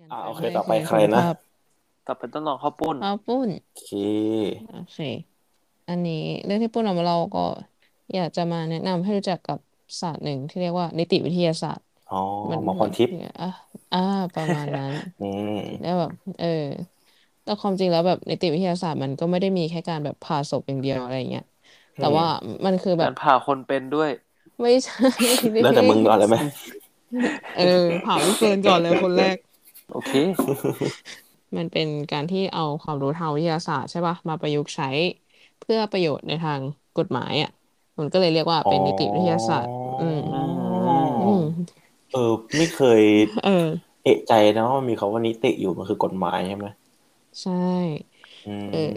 งั้น อ่า ไป โอเค ได้ ต่อไป ณ ใครนะ ภาพ ต่อไปต้องลองข้าวปุ้น อ้าวปุ้น โอเค โอเค อันนี้เรื่องที่ปุ้นเอามาเราก็ อยากจะมาแนะนำให้รู้จักกับศาสตร์หนึ่งที่เรียกว่านิติวิทยาศาสตร์ อ๋อ มัน หมอพรทิพย์ เนี่ยอ่ะอ่า ประมาณนั้น อืม แล้วแบบ เออ แต่ความจริงแล้วแบบนิติวิทยาศาสตร์มันก็ไม่ได้มีแค่การแบบผ่าศพอย่างเดียวอะไรเงี้ย อื แต่ ม ว่ามันคือแบ กา บ รผ่าคนเป็นด้วย ไม่ใช่ นิ แล้ว ติ แต่ วิ มึง ท ก่อน ยา เลยไหม ศาสตร์ เออผ่าลูกเฟิร์นก่อนเลยคนแรก โอเค มันเป็นการที่เอาความรู้ทางวิทยาศาสตร์ใช่ป่ะมาประยุกต์ใช้เพื่อประโยชน์ในทางกฎหมายอ่ะมันก็เลยเรียกว่า อ๋อ เป็นนิติวิทยาศาสตร์ อืม อื อื ม ม เออ ไม่เคย เออ เอะใจนะว่ามันมีคำว่านิติอยู่มันคือกฎหมายใช่ไหม ใช่ อื เออ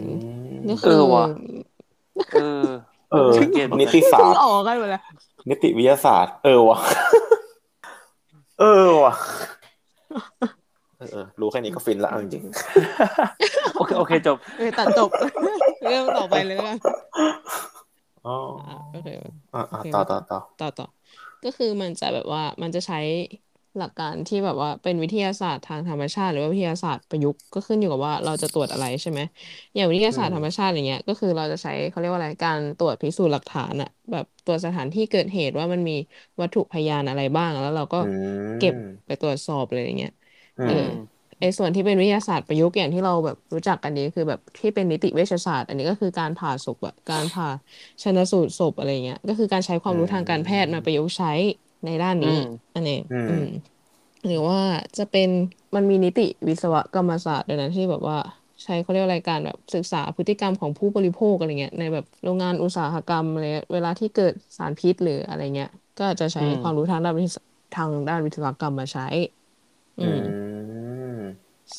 ม ก็ เอ คือ อว่ะ เออ เออ สังเกตเหมือน นิ กัน ติศา เพิ่ง สตร์ ออกกันหมดแล้ว นิติวิทยาศาสตร์ เออว่ะ เออว่ะเออเออรู้แค่นี้ก็ฟินละเอาจริง โอเค โอเค จบ เออตัดจบ เรื่องต่อไปเลยแล้วกัน ๆอ๋อ อ่ะก็คือ อ่ะ โอ อ่ะ เค ต่อ มา ต่ ต่ อ อ ต่อ ต่อต่อ ก็คือมันจะแบบว่ามันจะใช้หลักการที่แบบว่าเป็นวิทยาศาสตร์ทางธรรมชาติ หรือว่าวิทยาศาสตร์ประยุกต์ก็ขึ้นอยู่กับว่าเราจะตรวจอะไรใช่ไหมอย่างวิทยา อื ศาสต ม ร์ธรรมชาติอย่างเงี้ยก็คือเราจะใช้เขาเรียกว่าอะไรการตรวจพิสูจน์หลักฐานอะแบบตรวจสถานที่เกิดเหตุว่ามันมีวัตถุพยานอะไรบ้างแล้วเราก็ อื เก็บ ม ไปตรวจสอบเลยอย่างเงี้ย อื เออ ม ไอ้ส่วนที่เป็นวิทยาศาสตร์ประยุกต์อย่างที่เราแบบรู้จักกันดีคือแบบที่เป็นนิติเวชศาสตร์ อันนี้ก็คือการผ่าศพอะการผ่าชันสูตรศพอะไรเงี้ยก็คือการใช้ค อื วามรู้ ม ทางการแพทย์มาประยุกต์ใช้ในด้าน อื นี้ ม อันนี้ อืม อืม หรือว่าจะเป็นมันมีนิติวิศวกรรมศาสตร์ด้วยนะที่แบบว่าใช้เขาเรียกอะไรการแบบศึกษาพฤติกรรมของผู้บริโภคอะไรเงี้ยในแบบโรงงานอุตสาหกรรมอะไรเงี้ยเวลาที่เกิดสารพิษหรืออะไรเงี้ยก็อาจจะใช้ อืม ความรู้ทางด้านวิศทางด้านวิศวกรรมมาใช้ อื อื ม ม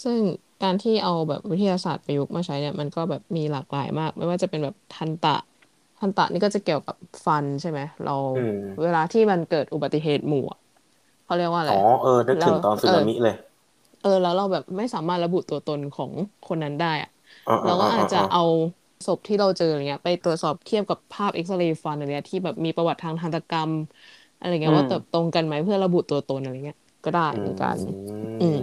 ซึ่งการที่เอาแบบวิทยาศาสตร์ประยุกต์มาใช้เนี่ยมันก็แบบมีหลากหลายมาก ไม่ว่าจะเป็นแบบทันตะ ทันตะนี่ก็จะเกี่ยวกับฟันใช่ไหมเรา อืม เวลาที่มันเกิดอุบัติเหตุหมู่อะเขาเรียกว่าอะ อ๋ ไร อเออนึก เรา ถึงตอนสึ เออ นามิเลย เออแล้วเราแบบไม่สามารถระบุตัวตนของคนนั้นได้อะ อ๋ออ๋ เรา อ ก็ อ๋อ อาจจะ อ๋อ เอาศพที่เราเจออะไรเงี้ย ไปตรวจสอบเทียบกับภาพเอ็กซเรย์ฟันอะไรเงี้ยที่แบบมีประวัติทางทันตกรรม อะไร อื เงี้ยว่าม เติบตรงกันไหมเพื่อระบุตัวตนอะไรเงี้ยก็ได้ อื เหมือนกัน อืม ม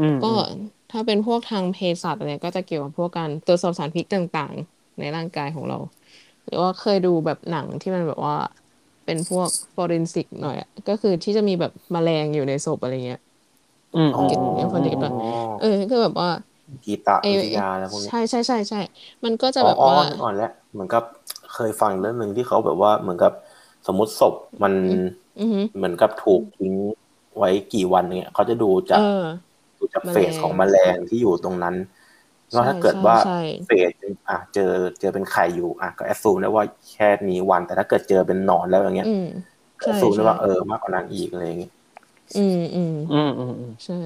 อืม ก็ อืม ถ้าเป็นพวกทางเภสัชอะไรก็จะเกี่ยวกับพวกการตรวจสอบสารพิษต่างๆ ในร่างกายของเรา หรือว่าเคยดูแบบหนังที่มันแบบว่า เป็นพวกฟอเรนซิกหน่อยอะก็คือที่จะมีแบบแมลงอยู่ในศพอะไรเงี้ย อืม อ๋อ อืม เก็ตเอฟเฟอร์เดป่ะเออคือแบบว่า กีตะ ไอ้ วิท ไอ้ ยาอะไรพวกนี้ ใช่ใช่ใช่ใช่มันก็จะ อ๋อ แบบ อ๋อ ว่า นึกออกแล้ว เหมือนกับเคยฟังเรื่องหนึ่งที่เขาแบบว่าเหมือนกับสมมติศพมัน อืมอือหือ เหมือนกับถูกทิ้งไว้กี่วันเนี่ยเขาจะดู เออ จากดูจาก แม เฟ ล สของ ง แมลงที่อยู่ตรงนั้นว่า ใช่ ถ้าเกิด ใช่ ว่า ใช่ เฟสอ่ะเจอเจอเป็นไข่อยู่อ่ะก็แอสซูมได้ว่าแค่นี้วัน แต่ถ้าเกิดเจอเป็นหนอนแล้วอย่างเงี้ย อืม ก็แอ ใช่ สซูมได้ ใช่ ว่าเออมากกว่านั้นอีกอะไรอย่างเงี้ย อืมอืม อืม อืม อืม ใช่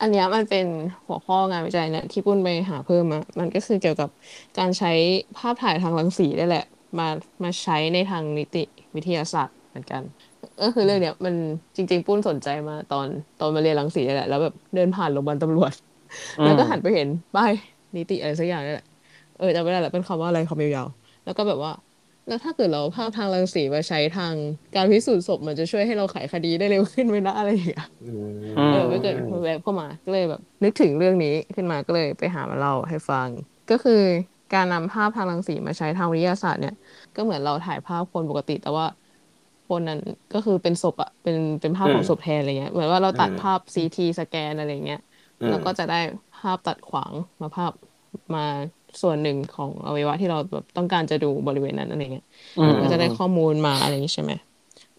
อันเนี้ยมันเป็นหัวข้องานวิจัยเนี่ยที่ปุ้นไปหาเพิ่มมา มันก็คือเกี่ยวกับการใช้ภาพถ่ายทางรังสีได้แหละ มามาใช้ในทางนิติวิทยาศาสตร์เหมือนกัน ก็คือเรื่องเนี้ยมันจริง ๆ ปุ้นสนใจมาตอนตอนมาเรียนรังสีนี่แหละ แล้วแบบเดินผ่านโรงพยาบาลตำรวจ อื แล้ว ม ก็หันไปเห็นป้ายนิติอะไรสักอย่างนี่แหละ เออจำไม่ได้แล้วเป็นคำว่าอะไรคำยาวๆแล้วก็แบบว่า แล้วถ้าเกิดเราเอาภาพทางรังสีมาใช้ทางการพิสูจน์ศพมันจะช่วยให้เราไขคดีได้เร็วขึ้นไหมนะอะไรอย่างเงี้ย อื อื เอ ม อไปเกิด ม แวบเข้ามาก็เลยแบบ นึกถึงเรื่องนี้ขึ้นมาก็เลยไปหามาเล่าให้ฟัง ก็คือการนำภาพทางรังสีมาใช้ทางวิทยาศาสตร์เนี่ย ก็เหมือนเราถ่ายภาพคนปกติ แต่ว่าคนนั้นก็คือเป็นศพอะเป็นเป็นภา อื พข ม องศพแทนอะไรเงี้ยเหมือนว่าเรา อื ตัด ม ภาพซีทีสแกนอะไรเงี้ย อื แล้ว ม ก็จะได้ภาพตัดขวางมาภาพมาส่วนหนึ่งของอวัยวะที่เราแบบต้องการจะดูบริเวณนั้นอะไรเงี้ย อืม มัน อื ก็ ม จะได้ อืม ข้อมูลมาอะไรอย่างงี้ใช่ไหม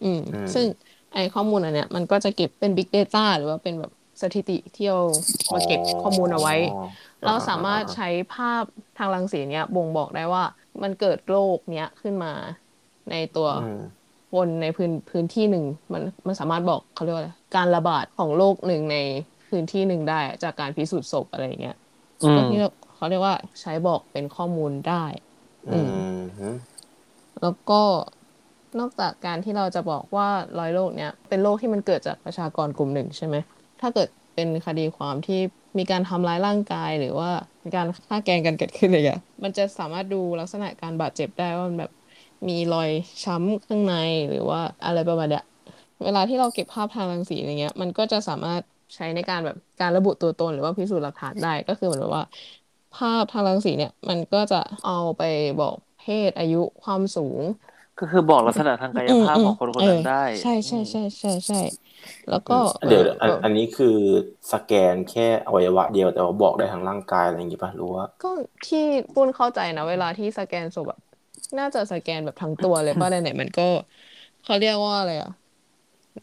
อืม อืม ซึ่งไอ้ข้อมูลอันเนี้ยมันก็จะเก็บเป็น Big Data หรือว่าเป็นแบบสถิติที่เรา อ๋อ มาเก็บข้อมูลเอาไว้ อ่า เรา อ่า สา อ่าม ารถ อ่า ใช้ภาพทางรังสีเนี้ยบ่งบอกได้ว่ามันเกิดโรคเนี้ยขึ้นมาในตัว อืม คนในพื้นพื้นที่หนึ่งมันมันสามารถบอกเขาเรียกว่าอะไรการระบาดของโรคหนึ่งในพื้นที่หนึ่งได้จากการพิสูจน์ศพอะไรอย่างเงี้ย อื ก็ ม ที่เราเขาเรียกว่าใช้บอกเป็นข้อมูลได้ อื อืม มฮึ แล้วก็นอกจากการที่เราจะบอกว่าร้อยโรคเนี้ยเป็นโรคที่มันเกิดจากประชากรกลุ่มหนึ่งใช่ไหม ถ้าเกิดเป็นคดีความที่มีการทำร้ายร่างกายหรือว่ามีการฆ่าแกล้งกันเกิดขึ้นอะไรเงี้ยมันจะสามารถดูลักษณะการบาดเจ็บได้ว่ามันแบบมีรอยช้ำข้างในหรือว่าอะไรประมาณเนี้ย เวลาที่เราเก็บภาพทางรังสีอะไรเงี้ย มันก็จะสามารถ ใช้ในการแบบการระบุตัวตนหรือว่าพิสูจน์หลักฐานได้ก็คือเหมือนแบบว่า ภาพทางรังสีเนี่ย มันก็จะเอาไปบอกเพศอายุความสูง ก็คือบอกลักษณะทางกายภาพ อืม ของคนคน เอ นั้ อน ได้ ใช่ใช่ใช่ใช่ใช่แล้วก็ เดี๋ยว เอ อัน อ อันนี้คือสแกนแค่อวัยวะเดียวแต่ว่าบอกได้ทั้งร่างกายอะไรอย่างงี้ป่ะหรือว่า ก็ที่ปุ้นเข้าใจนะเวลาที่สแกนศพอะน่าจะสแกนแบบทั้งตัว เลยป่ะไหนๆมันก็เขาเรียกว่าอะไรอะ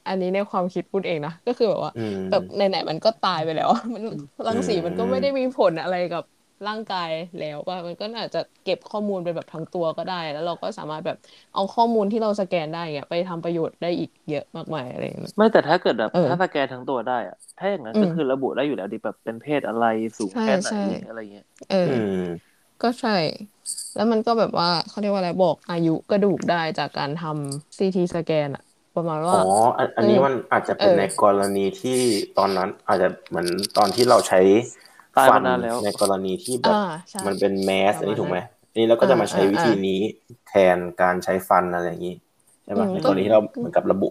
อันนี้ในความคิดปุ้นเองนะก็คือแบบว่า อืม แบบไหนๆมันก็ตายไปแล้ว มันรังสีมันก็ไม่ได้มีผลอะไรกับร่างกายแล้วว่ามันก็อาจจะเก็บข้อมูลไปแบบทั้งตัวก็ได้ แล้วเราก็สามารถแบบเอาข้อมูลที่เราสแกนได้เนี่ยไปทำประโยชน์ได้อีกเยอะมากมายอะไรอย่างเงี้ย ไม่แต่ถ้าเกิดแบบ เออ ถ้าสแกนทั้งตัวได้อะถ้าอย่างนั้น อืม ก็คือระบุได้อยู่แล้วดิแบบเป็นเพศอะไรสูง ใช่ แค่ไหน ใช่ อะไรเงี้ย เอออ อืม ก็ใช่ แล้วมันก็แบบว่าเขาเรียกว่าอะไรบอกอายุกระดูกได้จากการทำซีทีสแกนอะประมาณ อ๋ ว่า ออันอันนี้ เออ มันอาจจะเป็น เออ ในกรณีที่ตอนนั้นอาจจะเหมือนตอนที่เราใช้ ตาย ฟั มานานแล้ว ในกรณีที่แบบ อ่าใช่ มันเป็นแมสอันนี้ถูกไหม ประมาณนั้ อันนี้เราก็จะมาใช้ อ่าอ่า วิธีนี้แทนการใช้ฟันอะไรอย่างนี้ใช่ไหม อืม ในกรณีที่เราเหมือนกับระบุ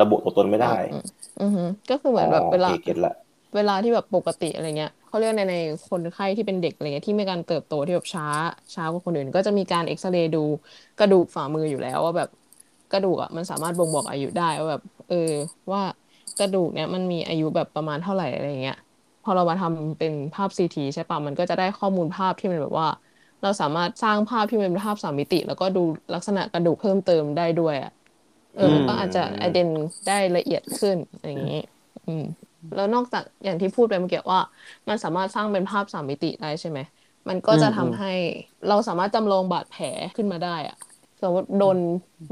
ระบุตัวตนไม่ได้ อืมอืมอืมก็คือเหมือนแบบ อ๋อ เวลา โอคเก็ตละ เวลาที่แบบปกติอะไรเงี้ยเขาเรียกในในคนไข้ที่เป็นเด็กอะไรเงี้ยที่มีการเติบโตที่แบบช้าช้ากว่าคนอื่น ก็จะมีการเอ็กซเรย์ดูกระดูกฝ่ามืออยู่แล้วว่าแบบกระดูกอ่ะมันสามารถบ่งบอกอายุได้ว่าแบบ เออ ว่ากระดูกเนี้ยมันมีอายุแบบประมาณเท่าไหร่อะไรเงี้ยพอเรามาทำเป็นภาพซีทีใช่ปะมันก็จะได้ข้อมูลภาพที่มันแบบว่า เราสามารถสร้างภาพที่เป็นภาพสามมิติ แล้วก็ดูลักษณะกระดูกเพิ่มเติมได้ด้วยอ่ะเออมันก็อาจจะ อืม ไอเดนได้ละเอียดขึ้นอะไรอย่างงี้ อืม แล้วนอกจากอย่างที่พูดไปเมื่อกี้ว่า มันสามารถสร้างเป็นภาพสามมิติได้ใช่ไหม มันก็จะ อื ทำ มอืม ให้เราสามารถจำลองบาดแผลขึ้นมาได้อะสมมติโดน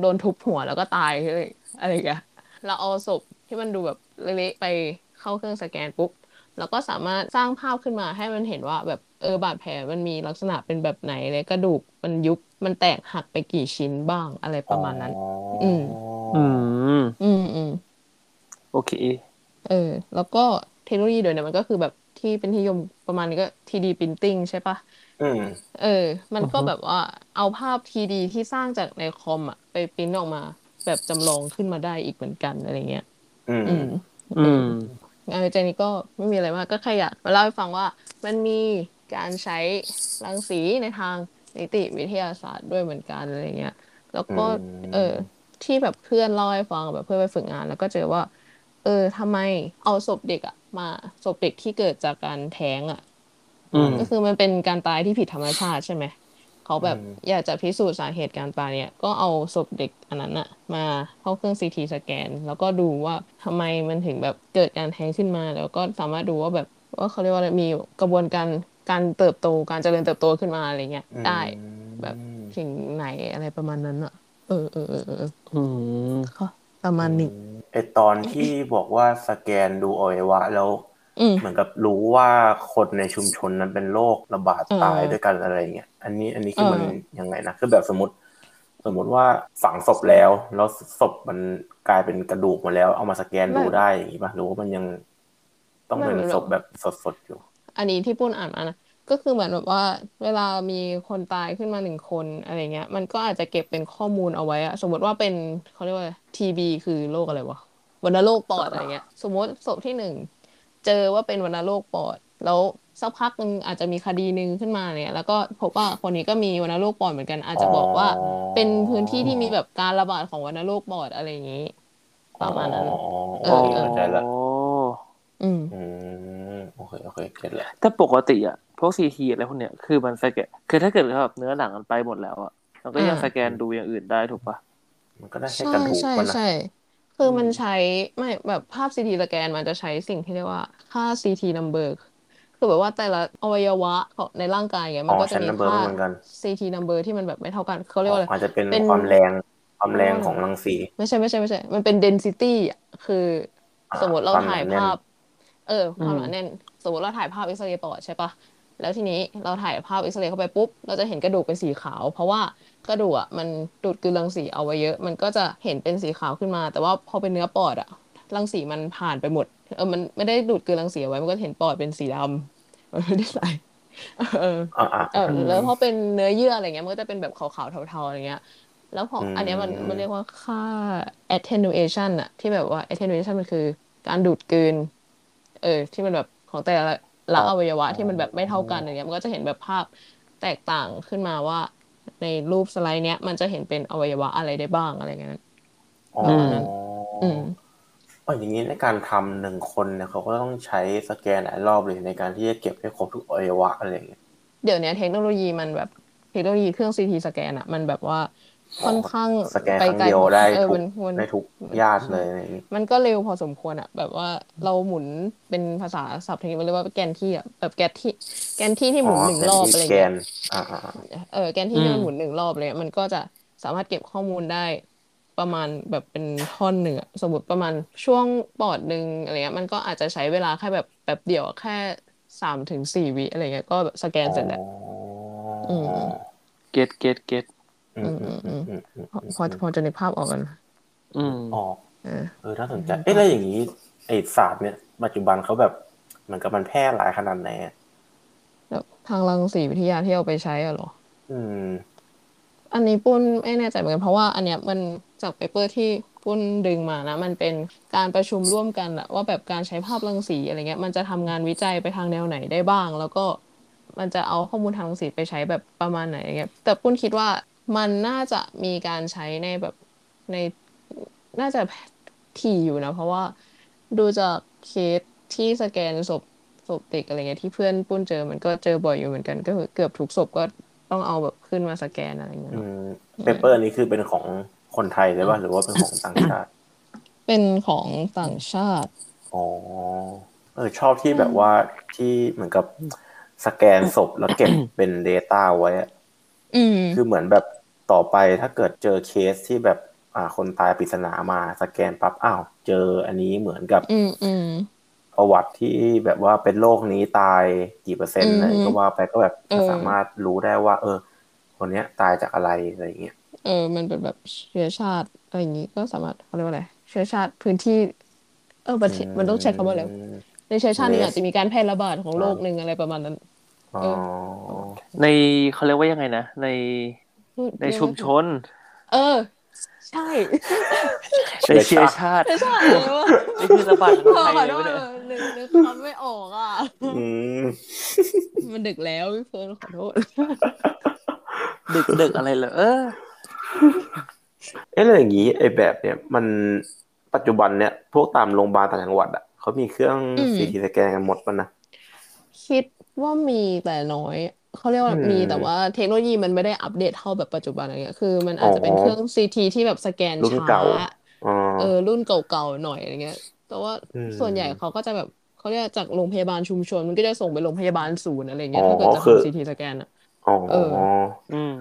โดนทุบหัวแล้วก็ตายเลยอะไรอย่างเงี้ยเราเอาศพที่มันดูแบบเละๆไปเข้าเครื่องสแกนปุ๊บเราก็สามารถสร้างภาพขึ้นมาให้มันเห็นว่าแบบเออบาดแผลมันมีลักษณะเป็นแบบไหนเลยกระดูกมันยุบมันแตกหักไปกี่ชิ้นบ้างอะไรประมาณนั้น อืม อืม อืมอืม โอเค เออแล้วก็เทคโนโลยีเดี๋ยวนี้มันก็คือแบบที่เป็นที่นิยมประมาณนี้ก็ 3D printing ใช่ปะ อืม เออ มันก็ อือฮึ แบบว่าเอาภาพ 3D ที่สร้างจากในคอมอะไปปริ้นออกมา แบบจำลองขึ้นมาได้อีกเหมือนกันอะไรเงี้ย อืม อืม อืม งานวิจัยนี้ก็ไม่มีอะไรมากก็แค่อยากมาเล่าให้ฟังว่ามันมีการใช้รังสีในทางนิติวิทยาศาสตร์ด้วยเหมือนกันอะไรเงี้ย แล้วก็เออที่แบบเพื่อนเล่าให้ฟังแบบเพื่อนไปฝึกงาน แล้วก็เจอว่า เออทำไมเอาศพเด็กอะมาศพเด็กที่เกิดจากการแท้งอะ อืม ก็คือมันเป็นการตายที่ผิดธรรมชาติใช่ไหม เขาแบบ อืม อยากจะพิสูจน์สาเหตุการตายเนี่ย ก็เอาศพเด็กอันนั้นอะมาเข้าเครื่องซีทีสแกน แล้วก็ดูว่าทำไมมันถึงแบบเกิดการแท้งขึ้นมา แล้วก็สามารถดูว่าแบบว่าเขาเรียกว่าอะไรมีกระบวนการการเติบโตการเจริญเติบโตขึ้นมาอะไรเงี้ยได้แบบ ถึงไหนอะไรประมาณนั้นอะเออเออเออเออ อืม ค่ะประมาณนี้ ไอตอนที่บอกว่าสแกนดูอวัยวะแล้ว อืม เหมือนกับรู้ว่าคนในชุมชนนั้นเป็นโรคระบาด เออ ตายด้วยกันอะไรอย่างเงี้ย อันนี้อันนี้คือ เออ มันยังไงนะคือแบบสมมติ สมมติว่าฝังศพแล้ว แล้วศพมันกลายเป็นกระดูกมาแล้ว เอามาสแกนดูได้อย่างงี้ป่ะหรือว่ามันยังต้องเป็นศพแบบสดๆอยู่ อันนี้ที่ปุ้นอ่านมานะก็คือเหมือนแบบว่าเวลามีคนตายขึ้นมาหนึ่งคนอะไรเงี้ย มันก็อาจจะเก็บเป็นข้อมูลเอาไว้อะสมมติว่าเป็นเขาเรียกว่าทีบีคือโรคอะไรวะวัณโรคปอดอะไรเงี้ย สมมติศพที่หนึ่งเจอว่าเป็นวัณโรคปอด แล้วสักพักหนึ่งอาจจะมีคดีหนึ่งขึ้นมาเนี่ย แล้วก็พบว่าคนนี้ก็มีวัณโรคปอดเหมือนกัน อาจจะบอกว่า อ๋อ เป็นพื้นที่ที่มีแบบการระบาดของวัณโรคปอดอะไรอย่างนี้ ประมาณนั้น อ๋อ เอ โอ อ เค เออ เข้าใจละ โอ้ อืม อืมโอเคโอเคเก็ตละ แต่ปกติอ่ะ พวกซีทีอะไรพวกเนี้ย คือมันสแกน คือถ้าเกิดแบบเนื้อหนังมันไปหมดแล้วอ่ะ มันก็ยัง อ่า สแกนดูอย่างอื่นได้ถูกปะ มันก็ได้แค่ ใช่ กระดูก ใช่ มันนะ ใช่ คือ อืม มันใช้ไม่แบบภาพซีทีสแกนมันจะใช้สิ่งที่เรียกว่าค่าซีทีนัมเบอร์คือแบบว่าแต่ละอวัยวะของในร่างกายเนี่ย อ๋ มั อน ก็จะ ชั้น มี นัมเบอร์ ค่า ไม่เหมือนกัน ซีทีนัมเบอร์ที่มันแบบไม่เท่ากันเขาเรียก อ๋อ ว่าอะไร อาจจะเป็น เป็น ความแรงความแรงของรังสี ไม่ใช่ไม่ใช่ไม่ใช่ มันเป็น density อ่ะ คือ อ่า สมมติเรา ความถ่านหาย แน่น ภาพ เออ อืม ความหนาแน่น สมมติเราถ่ายภาพเอ็กซเรย์ปอดใช่ปะแล้วทีนี้เราถ่ายภาพเอ็กซเรย์เข้าไปปุ๊บ เราจะเห็นกระดูกเป็นสีขาว เพราะว่ากระดูกอ่ะมันดูดกลืนรังสีเอาไว้เยอะ มันก็จะเห็นเป็นสีขาวขึ้นมา แต่ว่าพอเป็นเนื้อปอดอ่ะ รังสีมันผ่านไปหมด เออ มันไม่ได้ดูดกลืนรังสีเอาไว้ มันก็เห็นปอดเป็นสีดำ มันไม่ได้ใสเออ อ่าอ่า เออ อืม แล้วพอเป็นเนื้อเยื่ออะไรเงี้ยมันก็จะเป็นแบบขาวๆเทาๆอะไรเงี้ย แล้วพอ อืม อันเนี้ยมันมันเรียกว่าค่า attenuation อะที่แบบว่า attenuation มันคือการดูดกลืน เออ ที่มันแบบของแต่ละละอวัยวะที่มันแบบไม่เท่ากันอย่างเงี้ยมันก็จะเห็นแบบภาพแตกต่างขึ้นมาว่า ในรูปสไลด์เนี้ยมันจะเห็นเป็นอวัยวะอะไรได้บ้างอะไรเงี้ยนะ อ๋อ อืม อ๋ออย่างนี้ในการทำหนึ่งคนเนี่ยเขาก็ต้องใช้สแกนหลายรอบเลยในการที่จะเก็บให้ครบทุกอวัยวะอะไรอย่างเงี้ย เดี๋ยวเนี้ยเทคโนโลยีมันแบบเทคโนโลยีเครื่องซีทีสแกนอะมันแบบว่าค่อนข้าง สแกน ไป ครั้ง ไกล เดียวได้ เออ ทุ มั ก นมัน ได้ทุกญาติเลยอะไรอย่างงี้ มันก็เร็วพอสมควรอะแบบว่าเราหมุนเป็นภาษาศัพท์เทคนิคมันเรียกว่าแกนที่อะแบบแกนที่ แกนที่ที่หมุนหนึ่งรอบอะไร แก เงี้ย นอ่า เออแกนที่ที่ อืม หมุนหนึ่งรอบเลยมันก็จะสามารถเก็บข้อมูลได้ ประมาณแบบเป็นท่อนหนึ่งอะสมมติประมาณช่วงปอดหนึ่งอะไรเงี้ยมันก็อาจจะใช้เวลาแค่แบบแบบเดียวอะแค่สามถึงสี่วิอะไรเงี้ยก็แบบสแกนเสร็จแล้ว อืม เก็ตเก็ตเก็ต อืมอืมอืมอืม พอพอพอจะนึกภาพออกกันนะ อืม อ๋อ เออ เออน่าสนใจเอ๊ะแล้วอย่างนี้ไอ้ศาสตร์เนี่ยปัจจุบันเขาแบบเหมือนกับมันแพร่หลายขนาดไหนอะ แล้วทางรังสีวิทยาที่เอาไปใช้อะเหรอ อืม อันนี้ปุ้นไม่แน่ใจเหมือนกันเพราะว่าอันเนี้ยมันจากเปเปอร์ที่ปุ้นดึงมานะ มันเป็นการประชุมร่วมกันอะว่าแบบการใช้ภาพรังสีอะไรเงี้ย มันจะทำงานวิจัยไปทางแนวไหนได้บ้าง แล้วก็มันจะเอาข้อมูลทางรังสีไปใช้แบบประมาณไหนอะไรเงี้ยแต่ปุ้นคิดว่ามันน่าจะมีการใช้ในแบบในน่าจะถี่อยู่นะ เพราะว่าดูจากเคสที่สแกนศพศพเด็กอะไรเงี้ยที่เพื่อนปุ้นเจอมันก็เจอบ่อยอยู่เหมือนกันก็คือเกือบทุกศพก็ต้องเอาแบบขึ้นมาสแกนอะไรเงี้ย อืมเปเปอร์นี้คือเป็นของคนไทยเลยป่ะหรือว่าเป็นของต่างชาติ เป็นของต่างชาติ อ๋อ เออ ชอบที่แบบว่าที่เหมือนกับสแกนศพแล้วเก็บเป็น Data ไว้อะ อืม คือเหมือนแบบต่อไปถ้าเกิดเจอเคสที่แบบอ่าคนตายปริศนามาสแกนปั๊บอ้าว เจออันนี้เหมือนกับ อืม อืม ประวัติที่แบบว่าเป็นโรคนี้ตายกี่เปอร์เซ็นต์ อืม อะไรก็ว่าไปก็แบบ เออ สามารถรู้ได้ว่า เออ คนเนี้ยตายจากอะไรอะไรอย่างเงี้ย เออ มันเป็นแบบเชื้อชาติอะไรอย่างนี้ก็สามารถเขาเรียกว่าอะไร เชื้อชาติพื้นที่ เออประเทศมันต้องใช้คำว่าอะไร ม ในเชื้อชาติหนึง Race อาจจะมีการแพร่ระบาดของโรคหนึ่งอะไรประมาณนั้น อ๋อ เออ ในเขาเรียกว่ายังไงนะ ใน พูด ใน เรียกว่า ชุมชน เออ ใช่ เชื้ ใน อชาติ เชื้อชาติ เชื้อชาติอะไรวะ นี่คือระบาดข เอ อง อ ไทย ขอ เล โท ย ษ วะเนี่ย เออนึกนึกคำไม่ออกอ่ะ อืม มันดึกแล้วพี่เฟิร์นขอโทษ ดึกดึกอะไรเหรอเออ เอ๊ะแล้วอย่างนี้ไอ้แบบเนี่ยมันปัจจุบันเนี่ยพวกตามโรงพยาบาลต่างจังหวัดอ่ะเขามีเครื่อง อืม ซีทีสแกนกันหมดป่ะนะ คิดว่ามีแต่น้อย เขาเรียกว่า อืม มีแต่ว่าเทคโนโลยีมันไม่ได้อัปเดตเท่าแบบปัจจุบันอะไรเงี้ย คือมันอาจจะเป็นเครื่องซีทีที่แบบสแกน รุ่น ช้า เก่า อ๋อ เออรุ่นเก่าๆหน่อยอะไรเงี้ย แต่ว่า อืม ส่วนใหญ่เขาก็จะแบบเขาเรียกจากโรงพยาบาลชุมชน มันก็จะส่งไปโรงพยาบาลศูนย์อะไรเงี้ยถ้าเกิดจะ อ๋อคือ ทำซีทีสแกนอะ อ๋อ เออ อืม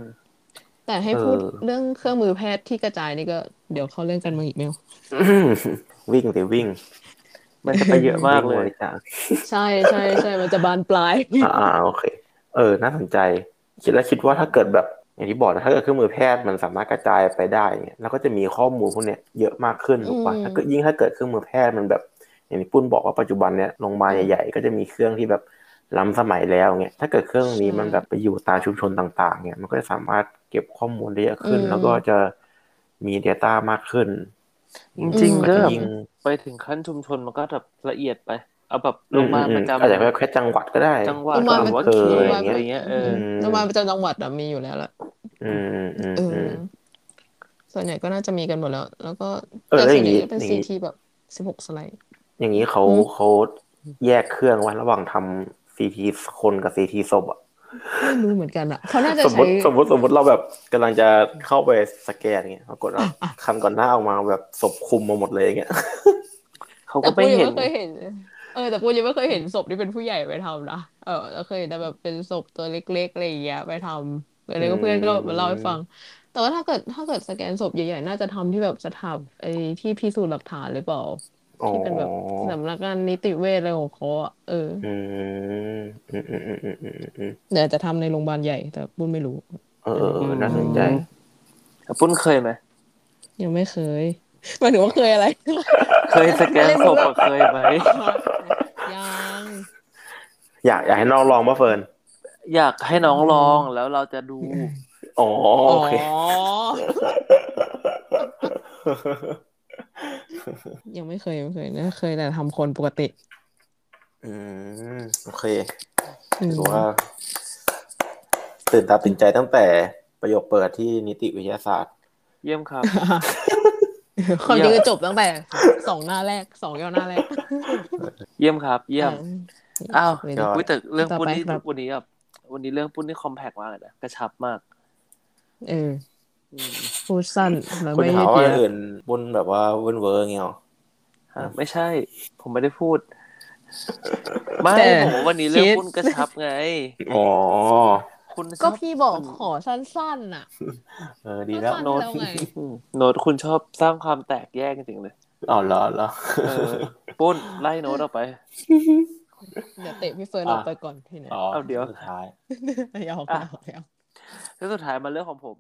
แต่ให้พูด เออ เรื่องเครื่องมือแพทย์ที่กระจายนี่ก็เดี๋ยวเขาเรื่องกันมาอีกไหมว วิ่งสิ วิ่ง มันจะไปเยอะมากเล วิ่งบ ย ริจาค ใช่ใช่ใช่มันจะบานปลาย อ่าอ่าโอเค เออ น่าสนใจ คิดแล้วคิดว่าถ้าเกิดแบบ อย่างที่บอกนะถ้าเกิดเครื่องมือแพทย์มันสามารถกระจายไปได้เนี่ยแล้วก็จะมีข้อมูลพวกเนี้ยเยอะมากขึ้นถูกป่ะ อืม ถ้าเกิดยิ่งถ้าเกิดเครื่องมือแพทย์มันแบบ อย่างที่ปุ้นบอกว่าปัจจุบันเนี้ยโรงพยาบาลใหญ่ๆก็จะมีเครื่องที่แบบล้ำสมัยแล้วเงี้ยถ้าเกิดเครื่องนี้มันแบบไปอยู่ตามชุมชนต่าง ๆเนี่ยมันก็จะสามารถเก็บข้อมูลได้เยอะขึ้น แล้วก็จะมี Data มากขึ้น จริงๆก็ ก็ แบ จะ บ ยิ่ง ไปถึงขั้นชุมชนมันก็แบบละเอียดไป เอาแบบโรงพยาบาลประจำ อาจจะแค่จังหวัดก็ได้ จังหวัด โรงพยาบาล หรือว่า เค เข ย ต อะไร อะไร เงี้ย เงี้ยเออ โรงพยาบาลประจำจังหวัดอะมีอยู่แล้วแหละ อืมอืม เอ อื อ ม ส่วนใหญ่ก็น่าจะมีกันหมดแล้ว แล้วก็ เออ แต่ แล้วอ ส่ว ย่าใหนงงี้ ญ่จะเป็น อย่างงี้ ซีทีแบบสิบหกสไลด์ อย่างนี้เขา อืม เขาแยกเครื่องไว้ระหว่างทำซีทีคนกับซีทีศพอะ ไม่รู้เหมือนกันอ่ะเขาน่าจะ สมม ใช้ ติสมมติสมมติเราแบบกำลังจะเข้าไปสแกนเงี้ยปรากฏว่าคันก่อนหน้าออกมาแบบศพคุมมาหมดเลยเงี้ย เขา แต่ ก็ ปู ไม่ ยัง เห็น ไม่เคยเห็น เออแต่ปูยังไม่เคยเห็นศพที่เป็นผู้ใหญ่ไปทำนะเออเราเคยเห็นแต่แบบเป็นศพตัวเล็กๆอะไรอย่างเงี้ยไปทำแล้วก็เพื่อนก็มาเล่าให้ฟัง แต่ว่าถ้าเกิดถ้าเกิดสแกนศพใหญ่ๆน่าจะทำที่แบบสถาบไอ้ที่พิสูจน์หลักฐานหรือเปล่า อ๋อ ที่เป็นแบบสำนักงานนิติเวชอะไรของเขาอะเออ อืมอืมอืมอืมอืมอืมอืม เดี๋ยวจะทำในโรงพยาบาลใหญ่แต่ปูไม่รู้ เออเออเออน่าสนใจ ปุ้นเคยไหม ยังไม่เคย หมายถึงว่าเคยอะไร เคยสแกนศพอะเคยไหม ยัง อยากอยากให้น้องลองป่ะเฟิร์น อยากให้น้องลองแล้วเราจะ ดู อ๋อโอเค ยังไม่เคยยังไม่เคยนะ เคยแต่ทำคนปกติ อืมโอเคถือว่า ตื่นตาตื่นใจตั้งแต่ประโยคเปิดที่นิติวิทยาศาสตร์ เยี่ยมครับ ความจริงก็จบตั้งแต่สองหน้าแรกสองย่อหน้าแรก เยี่ยมครับ เยี่ยม ออ อ้าว เลย ยอด อุ้ยแต่เรื่องปุ้นนี่ ต่อไปครับ วันนี้แบบวันนี้เรื่องปุ้นนี่คอมแพกมากเลยนะกระชับมาก เออ อืม พูดสั้นแล้ว คุณ ไม่ หา ยืด ว่า เยื้ อย่าง อ อื่นบุญแบบว่าเวินเวอร์เงี้ยหรอ ฮะไม่ใช่ ผมไม่ได้พูด ไม่ผมบอกว่าวันนี้เรื่องปุ้นกระชับไง อ๋อ คุณช ก็ อบ พี่บอกขอสั้นๆน่ะ เออดีแล้ว สั้นๆ โน้ต แล้วไง อืมโน้ตคุณชอบสร้างความแตกแยกจริงๆเลย อ๋อเหรอเหรอ เอ อปุ้นไล่โน้ตออกไป เดี๋ยวเตะพี่เฟิร์น อ่ะ ออกไปก่อนทีเนี้ย อ๋อ เอาเดี๋ยว สุดท้าย ไม่เอาไม่เอาไม่เอา แล้วสุดท้ายมาเรื่องของผม